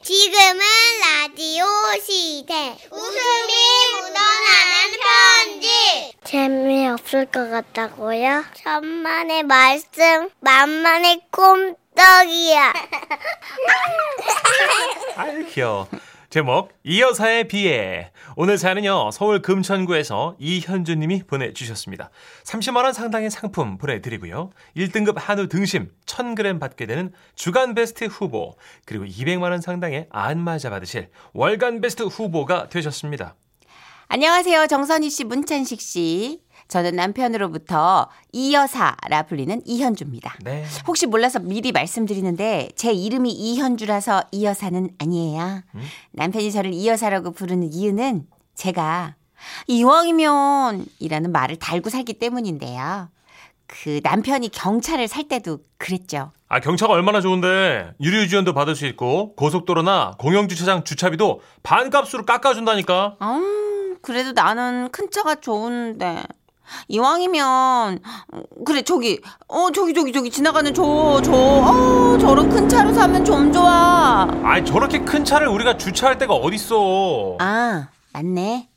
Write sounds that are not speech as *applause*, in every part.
지금은 라디오 시대. 웃음이 묻어나는 편지. 재미없을 것 같다고요? 천만의 말씀, 만만의 꼼떡이야. 아이 귀여워. 제목 이 여사의 비애 오늘 사연은요 서울 금천구에서 이현주님이 보내주셨습니다 30만 원 상당의 상품 보내드리고요 1등급 한우 등심 1000g 받게 되는 주간베스트 후보 그리고 200만 원 상당의 안마자 받으실 월간베스트 후보가 되셨습니다 안녕하세요. 정선희 씨, 문찬식 씨. 저는 남편으로부터 이여사라 불리는 이현주입니다. 네 혹시 몰라서 미리 말씀드리는데 제 이름이 이현주라서 이여사는 아니에요. 남편이 저를 이여사라고 부르는 이유는 제가 이왕이면 이라는 말을 달고 살기 때문인데요. 그 남편이 경찰을 살 때도 그랬죠. 아, 경차가 얼마나 좋은데 유료지원도 받을 수 있고 고속도로나 공영주차장 주차비도 반값으로 깎아준다니까 음, 그래도 나는 큰 차가 좋은데. 이왕이면 어, 그래 저기 어 저기 저기 저기 지나가는 저 저 어 저런 큰 차로 사면 좀 좋아 아 저렇게 큰 차를 우리가 주차할 데가 어딨어 아 맞네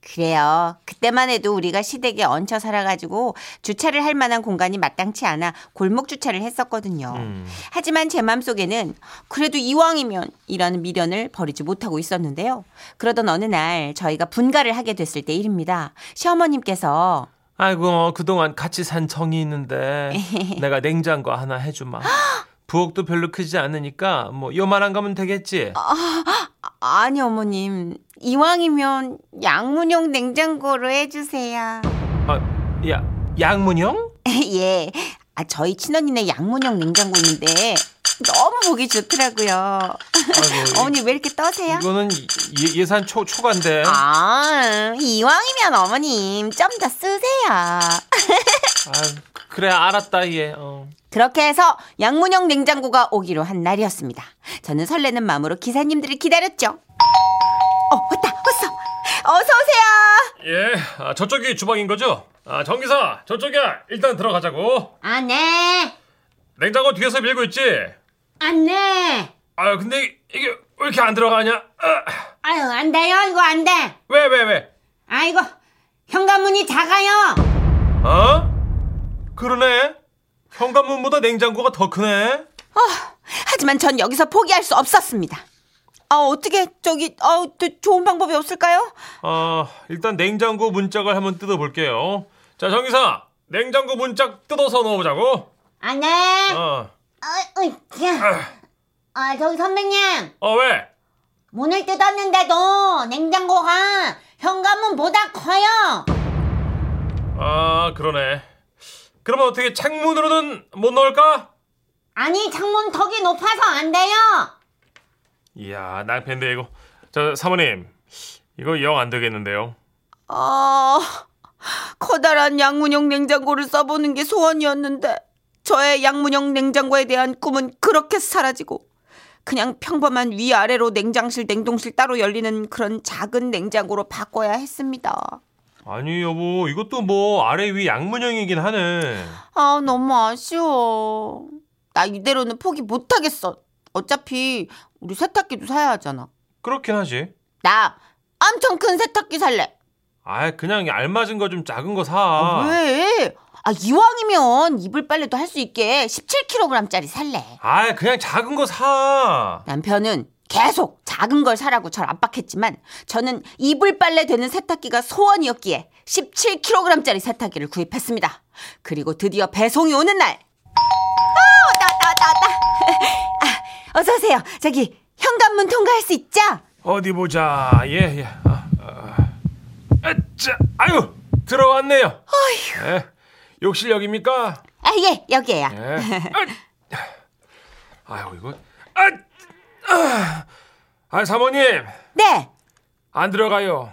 그래요 그때만 해도 우리가 시댁에 얹혀 살아가지고 주차를 할 만한 공간이 마땅치 않아 골목 주차를 했었거든요 음. 하지만 제 맘속에는 그래도 이왕이면 이라는 미련을 버리지 못하고 있었는데요. 그러던 어느 날 저희가 분가를 하게 됐을 때 일입니다. 시어머님께서 아이고 그동안 같이 산 *laughs* 정이 있는데 내가 냉장고 하나 해주마 부엌도 별로 크지 않으니까 뭐 요만한 거면 되겠지 아, 니 어머님 이왕이면 양문형 냉장고로 해주세요. *laughs* 아, 야 양문형? 예, 아, 저희 친언니네 양문형 냉장고 있는데 너무 보기 좋더라고요. 아이고, 어머니 왜 이렇게 떠세요? 이거는 예, 예산 초, 초과인데 아. 아 이왕이면 어머님 좀 더 쓰세요. 아, 그래 알았다 얘 어. 그렇게 해서 양문형 냉장고가 오기로 한 날이었습니다. 저는 설레는 마음으로 기사님들을 기다렸죠. 어, 왔다, 왔어. 어서 오세요. 예 저쪽이 주방인 거죠? 아 정기사 저쪽이야 일단 들어가자고 아, 네. 냉장고 뒤에서 밀고 있지? 안 돼. 아 근데 이게 왜 이렇게 안 들어가냐 아유, 안 돼요. 이거 안 돼. 왜 왜, 왜? 아이고, 현관문이 작아요. 어? 그러네. 현관문보다 냉장고가 더 크네. 어, 하지만 전 여기서 포기할 수 없었습니다. 아, 어떻게, 저기, 아, 좋은 방법이 없을까요? 아, 일단 냉장고 문짝을 한번 뜯어볼게요. 자, 정기사, 냉장고 문짝 뜯어서 넣어보자고. 아, 안 네. 돼. 어, 어, 으이, 자. 어, 아, 저기 선배님. 어 왜? 문을 뜯었는데도 냉장고가 현관문보다 커요. 아, 그러네. 그러면 어떻게 창문으로는 못 넣을까? 아니, 창문 턱이 높아서 안 돼요. 이야, 낭패인데 이거. 자, 사모님, 이거 영 안 되겠는데요. 아, 커다란 양문형 냉장고를 써보는 게 소원이었는데 저의 양문형 냉장고에 대한 꿈은 그렇게 사라지고 그냥 평범한 위아래로 냉장실 냉동실 따로 열리는 그런 작은 냉장고로 바꿔야 했습니다. 아니, 여보, 이것도 뭐 아래 위 양문형이긴 하네. 아, 너무 아쉬워. 나 이대로는 포기 못하겠어. 어차피 우리 세탁기도 사야 하잖아. 그렇긴 하지. 나 엄청 큰 세탁기 살래. 아, 그냥 알맞은 거 좀 작은 거 사. 왜? 아, 이왕이면 이불 빨래도 할 수 있게 17kg짜리 살래. 아, 그냥 작은 거 사. 남편은 계속 작은 걸 사라고 절 압박했지만 저는 이불 빨래 되는 세탁기가 소원이었기에 17kg짜리 세탁기를 구입했습니다. 그리고 드디어 배송이 오는 날. 아, 왔다 왔다 왔다 *laughs* 왔다. 아, 어서 오세요. 저기 현관문 통과할 수 있죠? 아, 어디 보자. 예, 예. 아, 아. 아짜, 아유, 들어왔네요. 예, 욕실 여기입니까? 아, 예, 여기에요. *laughs* 예. 아, 아유, 이거. 아, 아. 아, 사모님, 네. 안 들어가요.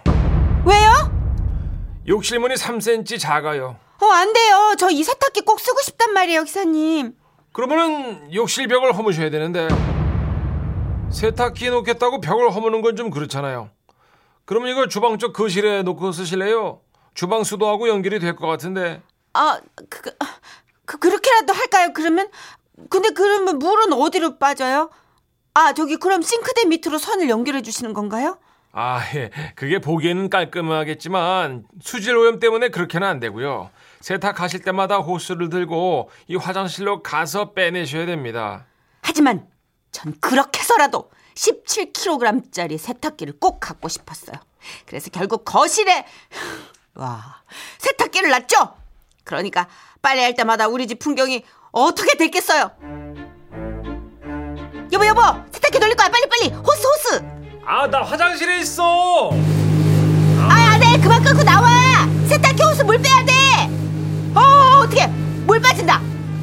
왜요? 욕실 문이 3cm 작아요. 어, 안 돼요. 저 이 세탁기 꼭 쓰고 싶단 말이에요, 기사님. 그러면은 욕실 벽을 허무셔야 되는데 세탁기 놓겠다고 벽을 허무는 건 좀 그렇잖아요. 그러면 이걸 주방 쪽 거실에 놓고 쓰실래요? 주방 수도하고 연결이 될 것 같은데 아, 그, 그 그렇게라도 할까요? 그러면 근데 그러면 물은 어디로 빠져요? 아, 저기 그럼 싱크대 밑으로 선을 연결해 주시는 건가요? 아, 예. 그게 보기에는 깔끔하겠지만 수질 오염 때문에 그렇게는 안 되고요. 세탁하실 때마다 호스를 들고 이 화장실로 가서 빼내셔야 됩니다. 하지만 전 그렇게 해서라도 17kg짜리 세탁기를 꼭 갖고 싶었어요. 그래서 결국 거실에 와 세탁기를 놨죠. 그러니까 빨래할 때마다 우리 집 풍경이 어떻게 됐겠어요? 여보 여보 세탁기 돌릴 거야 빨리 빨리 호스 호스. 아, 나 화장실에 있어. 아 안돼 그만 끊고 나와 세탁기 호스 물 빼야 돼. 어 어떻게 물 빠진다.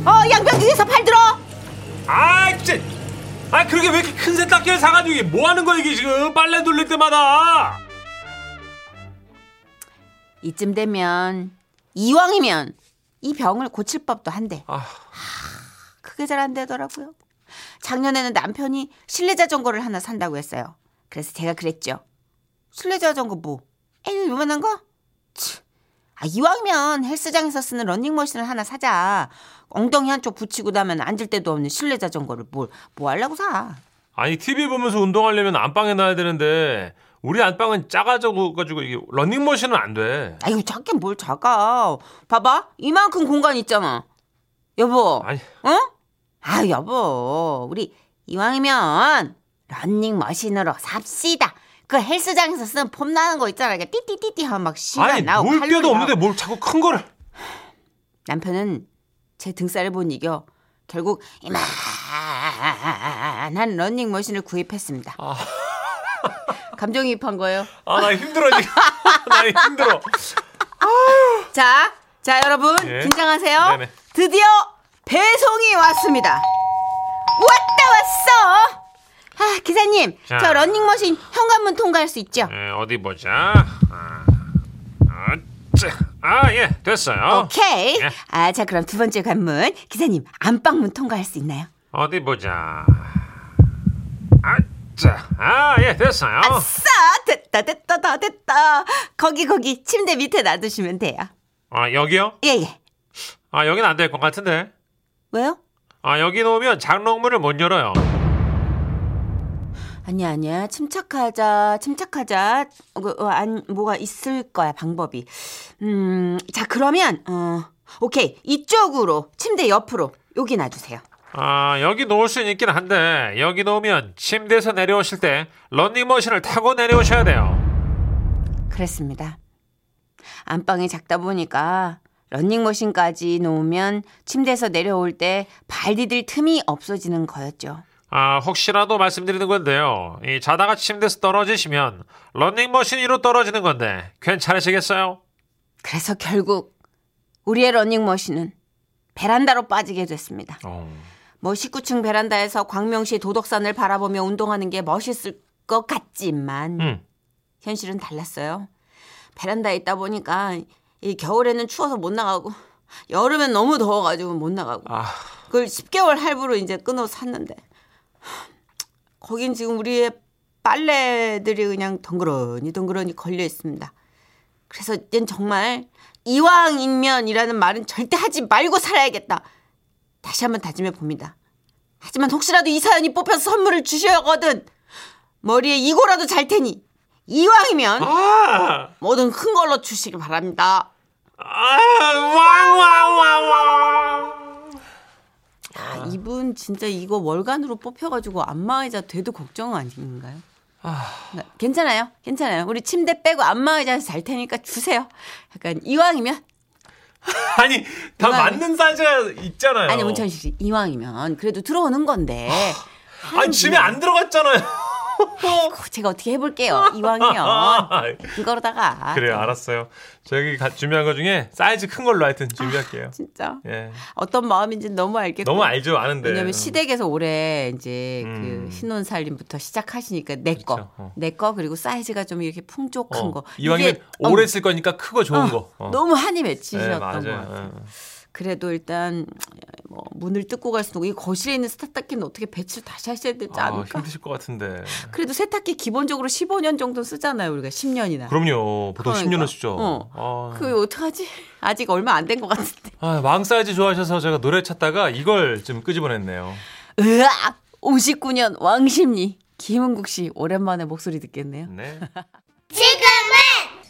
어 양변기 위에서 팔 들어. 아, 진짜. 아, 그러게 왜 이렇게 큰 세탁기를 사가지고 이게 뭐 하는 거야 이게 지금 빨래 돌릴 때마다. 이쯤 되면 이왕이면 이 병을 고칠 법도 한데 아, 그게 잘 안 되더라고요. 작년에는 남편이 실내 자전거를 하나 산다고 했어요. 그래서 제가 그랬죠. 실내 자전거 뭐? 에휴 요만한 거? 치. 아 이왕이면 헬스장에서 쓰는 러닝머신을 하나 사자. 엉덩이 한쪽 붙이고 나면 앉을 데도 없는 실내 자전거를 뭘 뭐 하려고 사? 아니 TV 보면서 운동하려면 안방에 놔야 되는데 우리 안방은 작아져 가지고 이게 러닝머신은 안 돼. 아이고 작게 뭘 작아. 봐봐 이만큼 공간 있잖아. 여보. 아니, 어? 아 여보 우리 이왕이면 런닝머신으로 삽시다 그 헬스장에서 쓰는 폼 나는 거 있잖아 이게 띠띠띠띠 하면 막 시간 아니 나오고 물 칼로리 뼈도 없는데 나오고. 뭘 자꾸 큰 거를. 남편은 제 등살을 못 이겨 결국 이만한 런닝머신을 구입했습니다 아. 감정이입한 거예요 아, 나 힘들어 지금. *laughs* 나 힘들어. 자, 자 여러분 예. 긴장하세요. 네네. 드디어 배송이 왔습니다. 왔다 왔어. 아 기사님, 자. 저 런닝머신 현관문 통과할 수 있죠? 에, 네, 어디 보자. 아, 어째. 아, 예, 됐어요. 오케이. 예. 아, 자 그럼 두 번째 관문 기사님 안방문 통과할 수 있나요? 어디 보자. 아짜. 아, 예, 됐어요. 아싸, 됐다 됐다 다 됐다. 거기 거기 침대 밑에 놔두시면 돼요. 아, 여기요? 예예. 아, 여긴 안 될 것 같은데. 왜요? 아, 여기 놓으면 장롱문을 못 열어요. 아니야 아니야 침착하자 침착하자 어, 그, 어, 안 뭐가 있을 거야 방법이 음 자 그러면 어 오케이 이쪽으로 침대 옆으로 여기 놔주세요 아, 여기 놓을 수는 있긴 한데 여기 놓으면 침대에서 내려오실 때 런닝머신을 타고 내려오셔야 돼요. 그랬습니다 안방이 작다 보니까 런닝머신까지 놓으면 침대에서 내려올 때 발 디딜 틈이 없어지는 거였죠 아, 혹시라도 말씀드리는 건데요. 이 자다가 침대에서 떨어지시면 런닝머신 위로 떨어지는 건데 괜찮으시겠어요? 그래서 결국 우리의 러닝머신은 베란다로 빠지게 됐습니다 뭐 19층 베란다에서 광명시 도덕산을 바라보며 운동하는 게 멋있을 것 같지만 음. 현실은 달랐어요. 베란다에 있다 보니까 이 겨울에는 추워서 못 나가고 여름엔 너무 더워가지고 못 나가고 아, 그걸 10개월 할부로 이제 끊어서 샀는데 거긴 지금 우리의 빨래들이 그냥 덩그러니 덩그러니 걸려 있습니다. 그래서 이젠 정말 이왕인면이라는 말은 절대 하지 말고 살아야겠다. 다시 한번 다짐해 봅니다. 하지만 혹시라도 이 사연이 뽑혀서 선물을 주셔야거든 머리에 이고라도 잘 테니 이왕이면 아, 뭐든 큰 걸로 주시길 바랍니다. 아, 왕왕왕왕. 아, 이분 진짜 이거 월간으로 뽑혀가지고 안마의자 돼도 걱정 아닌가요? 네, 괜찮아요, 괜찮아요. 우리 침대 빼고 안마의자에서 잘 테니까 주세요. 약간 이왕이면 아니, 다 이만- 맞는 사이즈가 있잖아요. 아니 문천식 씨 이왕이면 그래도 들어오는 건데. 어. 아니, 집에 안 들어갔잖아요. 아이고, 제가 어떻게 해볼게요. 이왕이면 이거로다가 *laughs* 그래요, 알았어요. 저기 가- 준비한 거 중에 사이즈 큰 걸로 하여튼 준비할게요. 진짜 예. 어떤 마음인지 너무 알겠고. 너무 알죠, 아는데. 왜냐면 시댁에서 올해 이제 음. 그 신혼 살림부터 시작하시니까 내 거, 그렇죠. 어. 내 거 그리고 사이즈가 좀 이렇게 풍족한 어, 거. 이왕이면 이게, 어, 오래 쓸 거니까 크고 좋은 거. 어. 너무 한이 예, 맺히셨던 것 맞아요. 같아요. 예. 그래도 일단 뭐 문을 뜯고 갈 수도 없고 이 거실에 있는 세탁기는 어떻게 배치를 다시 하셔야 되지 아, 않을까? 힘드실 것 같은데. 그래도 세탁기 기본적으로 15년 정도 쓰잖아요 우리가 10년이나. 그럼요. 보통 그러니까. 10년을 쓰죠. 어. 아, 그 어떡하지? *laughs* 아직 얼마 안 된 것 같은데. 아, 왕 사이즈 좋아하셔서 제가 노래 찾다가 이걸 좀 끄집어냈네요. 으악! 59년 왕십리 김은국 씨 오랜만에 목소리 듣겠네요. 네. 지금은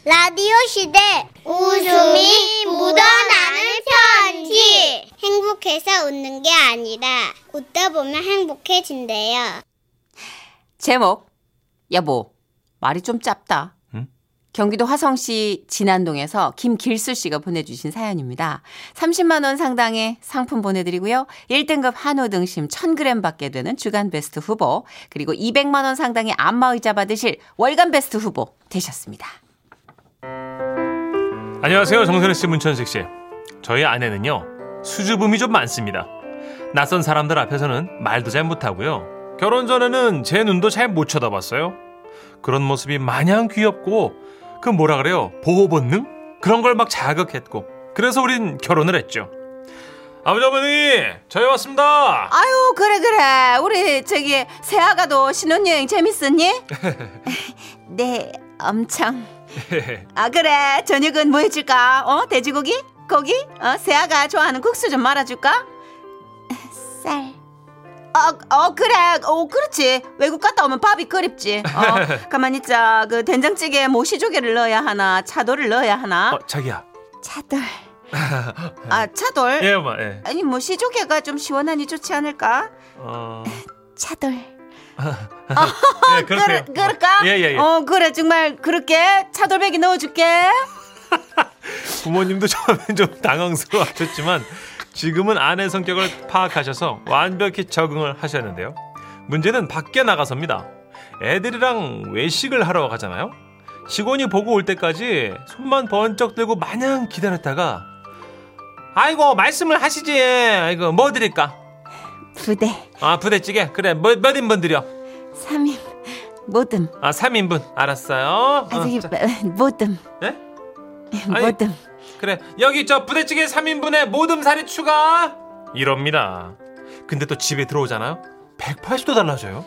라디오 시대 웃음이 묻어나는 편지 행복해서 웃는 게 아니라 웃다 보면 행복해진대요 제목 여보 말이 좀 짧다. 응? 경기도 화성시 진안동에서 김길수 씨가 보내주신 사연입니다. 30만 원 상당의 상품 보내드리고요. 1등급 한우 등심 1000g 받게 되는 주간 베스트 후보 그리고 200만 원 상당의 안마의자 받으실 월간 베스트 후보 되셨습니다. 안녕하세요. 정선혜 씨, 문천식 씨. 저희 아내는요. 수줍음이 좀 많습니다. 낯선 사람들 앞에서는 말도 잘 못하고요. 결혼 전에는 제 눈도 잘 못 쳐다봤어요. 그런 모습이 마냥 귀엽고 그 뭐라 그래요? 보호 본능? 그런 걸 막 자극했고 그래서 우린 결혼을 했죠. 아버지 어머니 저희 왔습니다. 아유 그래 그래 우리 저기 세아가도 신혼여행 재밌었니? 네 엄청 아 그래 저녁은 뭐 해줄까? 어 돼지고기? 고기? 어 세아가 좋아하는 국수 좀 말아줄까? 쌀 어, 어 그래 어 그렇지 외국 갔다 오면 밥이 그립지 *laughs* 어 가만히 있자 그 된장찌개에 모시조개를 넣어야 하나 차돌을 넣어야 하나 *laughs* 어, 자기야. *laughs* 차돌 아 차돌 예 엄마. 예. 아니 뭐 모시조개가 좀 시원하니 좋지 않을까? 어, 차돌 예, 그렇대요. 어, 그래, 그럴까? 예, 예, 예. 어, 그래, 정말, 그렇게 차돌배기 넣어줄게. 부모님도 처음엔 좀 당황스러워하셨지만 지금은 아내 성격을 파악하셔서 완벽히 적응을 하셨는데요. 문제는 밖에 나가서입니다. 애들이랑 외식을 하러 가잖아요. 직원이 보고 올 때까지 손만 번쩍 들고 마냥 기다렸다가 아이고 말씀을 하시지. 아이고 뭐 드릴까? 부대, 아 부대찌개 그래 몇, 몇 인분 드려? 3인, 모듬. 아 3인분 알았어요. 아, 어, 저기, 자, *laughs* 모듬, 네? 아니, 모듬. 그래 여기 저 부대찌개 3인분에 모듬살이 추가 이럽니다 근데 또 집에 들어오잖아요 180도 달라져요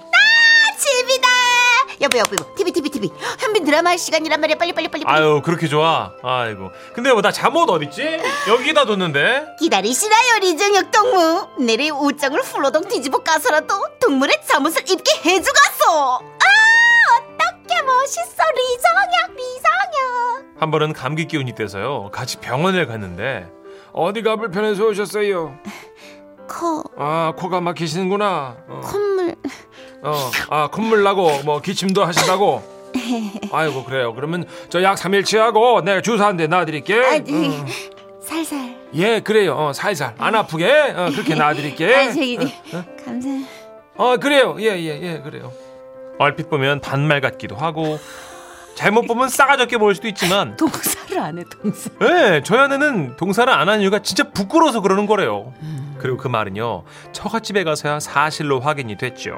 집이다! 여보, 여보, 여보, TV, TV, TV. 현빈 드라마 할 시간이란 말이야. 빨리, 빨리, 빨리. 빨리. 아유 그렇게 좋아 아이고 근데 뭐나 잠옷 어딨지? 여기다 뒀는데 기다리시나요, 리정혁 동무? 내일 옷장을 훌러덩 뒤집어 까서라도 동물의 잠옷을 입게 해주겠소! 아, 어떻게 멋있어, 리정혁, 리정혁. 한 번은 감기 기운이 돼서요 같이 병원을 갔는데 어디가 불편해서 오셨어요? 코, 아 코가 막히시는구나 어, 콧물. 어아 콧물 나고 뭐 기침도 하신다고 아이고 그래요 그러면 저 약 3일 치하고 내 주사 한 대 놔드릴게 아, 네. 살살. 예, 그래요. 어, 살살 안 아프게 어, 그렇게 아, 놔드릴게. 저기 감사. 어, 그래요. 예, 예, 예, 그래요. 얼핏 보면 반말 같기도 하고 잘못 보면 싸가지없게 보일 수도 있지만, 동사를 안 해, 동사. 예, 저희 아내는 동사를 안 하는 이유가 진짜 부끄러워서 그러는 거래요. 그리고 그 말은요, 처갓집에 가서야 사실로 확인이 됐죠.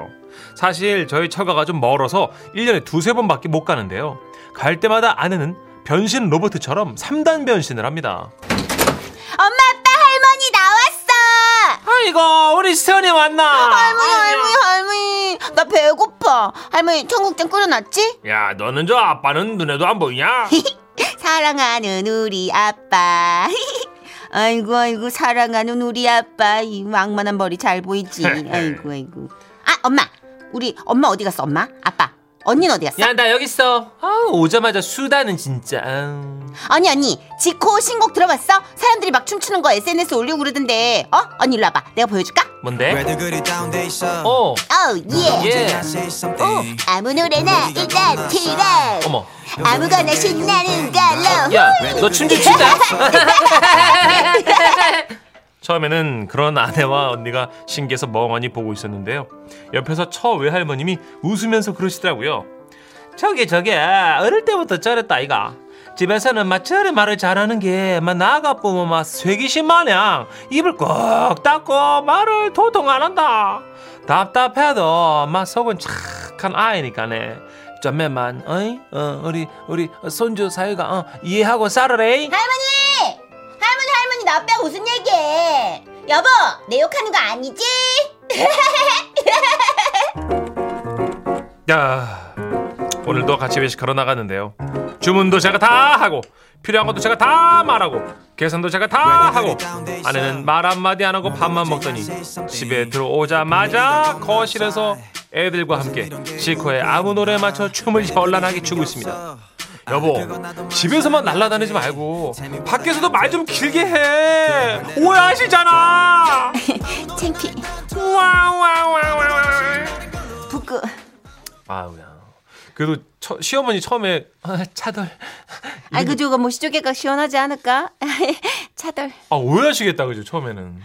사실 저희 처가가 좀 멀어서 1년에 두세 번밖에 못 가는데요. 갈 때마다 아내는 변신 로봇처럼 3단 변신을 합니다. 엄마, 아빠, 할머니 나왔어. 아이고, 우리 시원이 왔나? 할머니, 할머니, 할머니. 나 배고파. 할머니, 청국장 끓여놨지? 야, 너는 저 아빠는 눈에도 안 보이냐? 사랑하는 우리 아빠. *laughs* 아이고, 아이고, 사랑하는 우리 아빠. 이 왕만한 머리 잘 보이지. 아이고, 아이고. 아, 엄마. 우리 엄마 어디 갔어, 엄마? 아빠. 언니는 어디 갔어? 야, 나 여기 있어. 아, 오자마자 수다는 진짜. 음. 아니 언니 지코 신곡 들어봤어? 사람들이 막 춤추는 거 SNS 에 올리고 그러던데 어? 언니 일로 와봐 내가 보여줄까? 뭔데? 왜들 그리 다운돼 있어 예? 어, 어우 예 예. 어. 언제나 say something. 아무 노래나 일단 틀어 어머. 아무거나 신나는 걸로 야, 너 춤 좀 추자. 처음에는 그런 아내와 언니가 신기해서 멍하니 보고 있었는데요. 옆에서 처 외할머님이 웃으면서 그러시더라고요. 저게 저게 어릴 때부터 저랬다 이가. 집에서는 막 저래 말을 잘하는 게 막 나가 보면 막 쇠기신 마냥 입을 꼭 닫고 말을 도통 안 한다. 답답해도 막 속은 착한 아이니까네. 좀만 어이 어 우리 우리 손주 사유가 어, 이해하고 살아래. 할머니! 할머니, 할머니, 나 빼고 무슨 얘기해? 여보, 내 욕하는 거 아니지? *laughs* 야, 오늘도 같이 외식하러 나갔는데요. 주문도 제가 다 하고 필요한 것도 제가 다 말하고 계산도 제가 다 하고 아내는 말 한마디 안 하고 밥만 먹더니 집에 들어오자마자 거실에서 애들과 함께 시코의 아무 노래에 맞춰 춤을 현란하게 추고 있습니다. 아, 여보, 집에서만 날아다니지 말고 밖에서도 말 좀 길게 해. 오해하시잖아. 창피. 와와와와. 부끄. 아우야. 그래도 처- 시어머니 처음에 아, 차돌. 아이 그 저거 뭐 시조개가 *laughs* 시원하지 않을까? 차돌. 아 오해하시겠다 그죠 처음에는.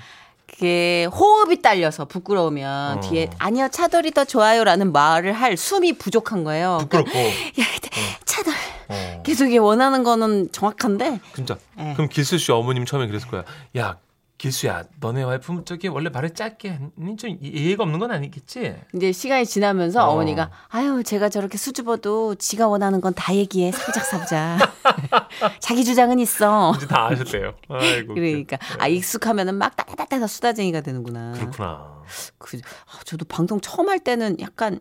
그게 호흡이 딸려서 부끄러우면 어. 뒤에 아니요 차돌이 더 좋아요라는 말을 할 숨이 부족한 거예요. 부끄럽고. 야, 근데 차돌. 어. 계속 이게 원하는 거는 정확한데 진짜. 네. 그럼 길수 씨 어머님 처음에 그랬을 거야. 야 길수야 너네 와이프 저기 원래 말을 짧게 했니? 좀 이- 이해가 없는 건 아니겠지? 이제 시간이 지나면서 어. 어. 머니가 아유 제가 저렇게 수줍어도 지가 원하는 건 다 얘기해 사부작 사부작 *laughs* 자기 주장은 *laughs* 있어. 이제 다 아셨대요. 아이고. 그러니까 아 익숙하면은 막 따다다다 수다쟁이가 되는구나. 그렇구나. 그- 아, 저도 방송 처음 할 때는 약간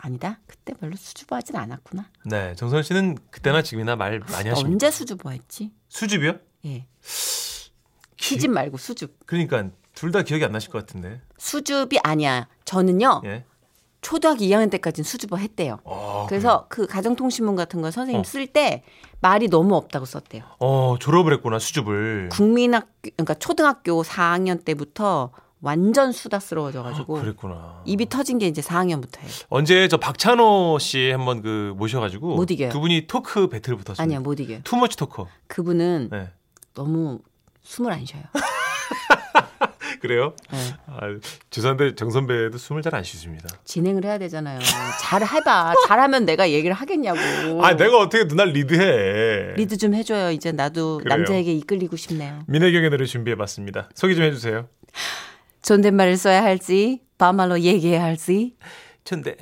아니다 그때 별로 수줍어하진 않았구나. 네 정선 씨는 그때나 지금이나 말 많이 하십니다. 언제 수줍어했지? 수줍이요? 예. 시집 말고 수줍. 그러니까 둘 다 기억이 안 나실 것 같은데. 수줍이 아니야. 저는요 예. 초등학교 2학년 때까지는 수줍어 했대요. 어, 그래서 그 가정통신문 같은 거 선생님 어. 쓸 때 말이 너무 없다고 썼대요. 어 졸업을 했구나 수줍을. 국민학교 그러니까 초등학교 4학년 때부터 완전 수다스러워져가지고 아, 그랬구나. 입이 터진 게 이제 4학년부터예요. 언제 저 박찬호 씨 한번 그 모셔가지고 못 이겨요. 두 분이 토크 배틀 붙었어요. 아니야 못 이겨요. 투머치 토커. 그분은 네. 너무 숨을 안 쉬어요. 그래요? 네. 아, 죄송한데 정 선배도 숨을 잘 안 쉬십니다. 진행을 해야 되잖아요. 잘 해봐. 잘하면 내가 얘기를 하겠냐고. 아 내가 어떻게 누날 리드해? 리드 좀 해줘요. 이제 나도 그래요. 남자에게 이끌리고 싶네요. 민혜경의 노래 준비해봤습니다. 소개 좀 해주세요. 존댓말을 써야 할지 반말로 얘기해야 할지 천대.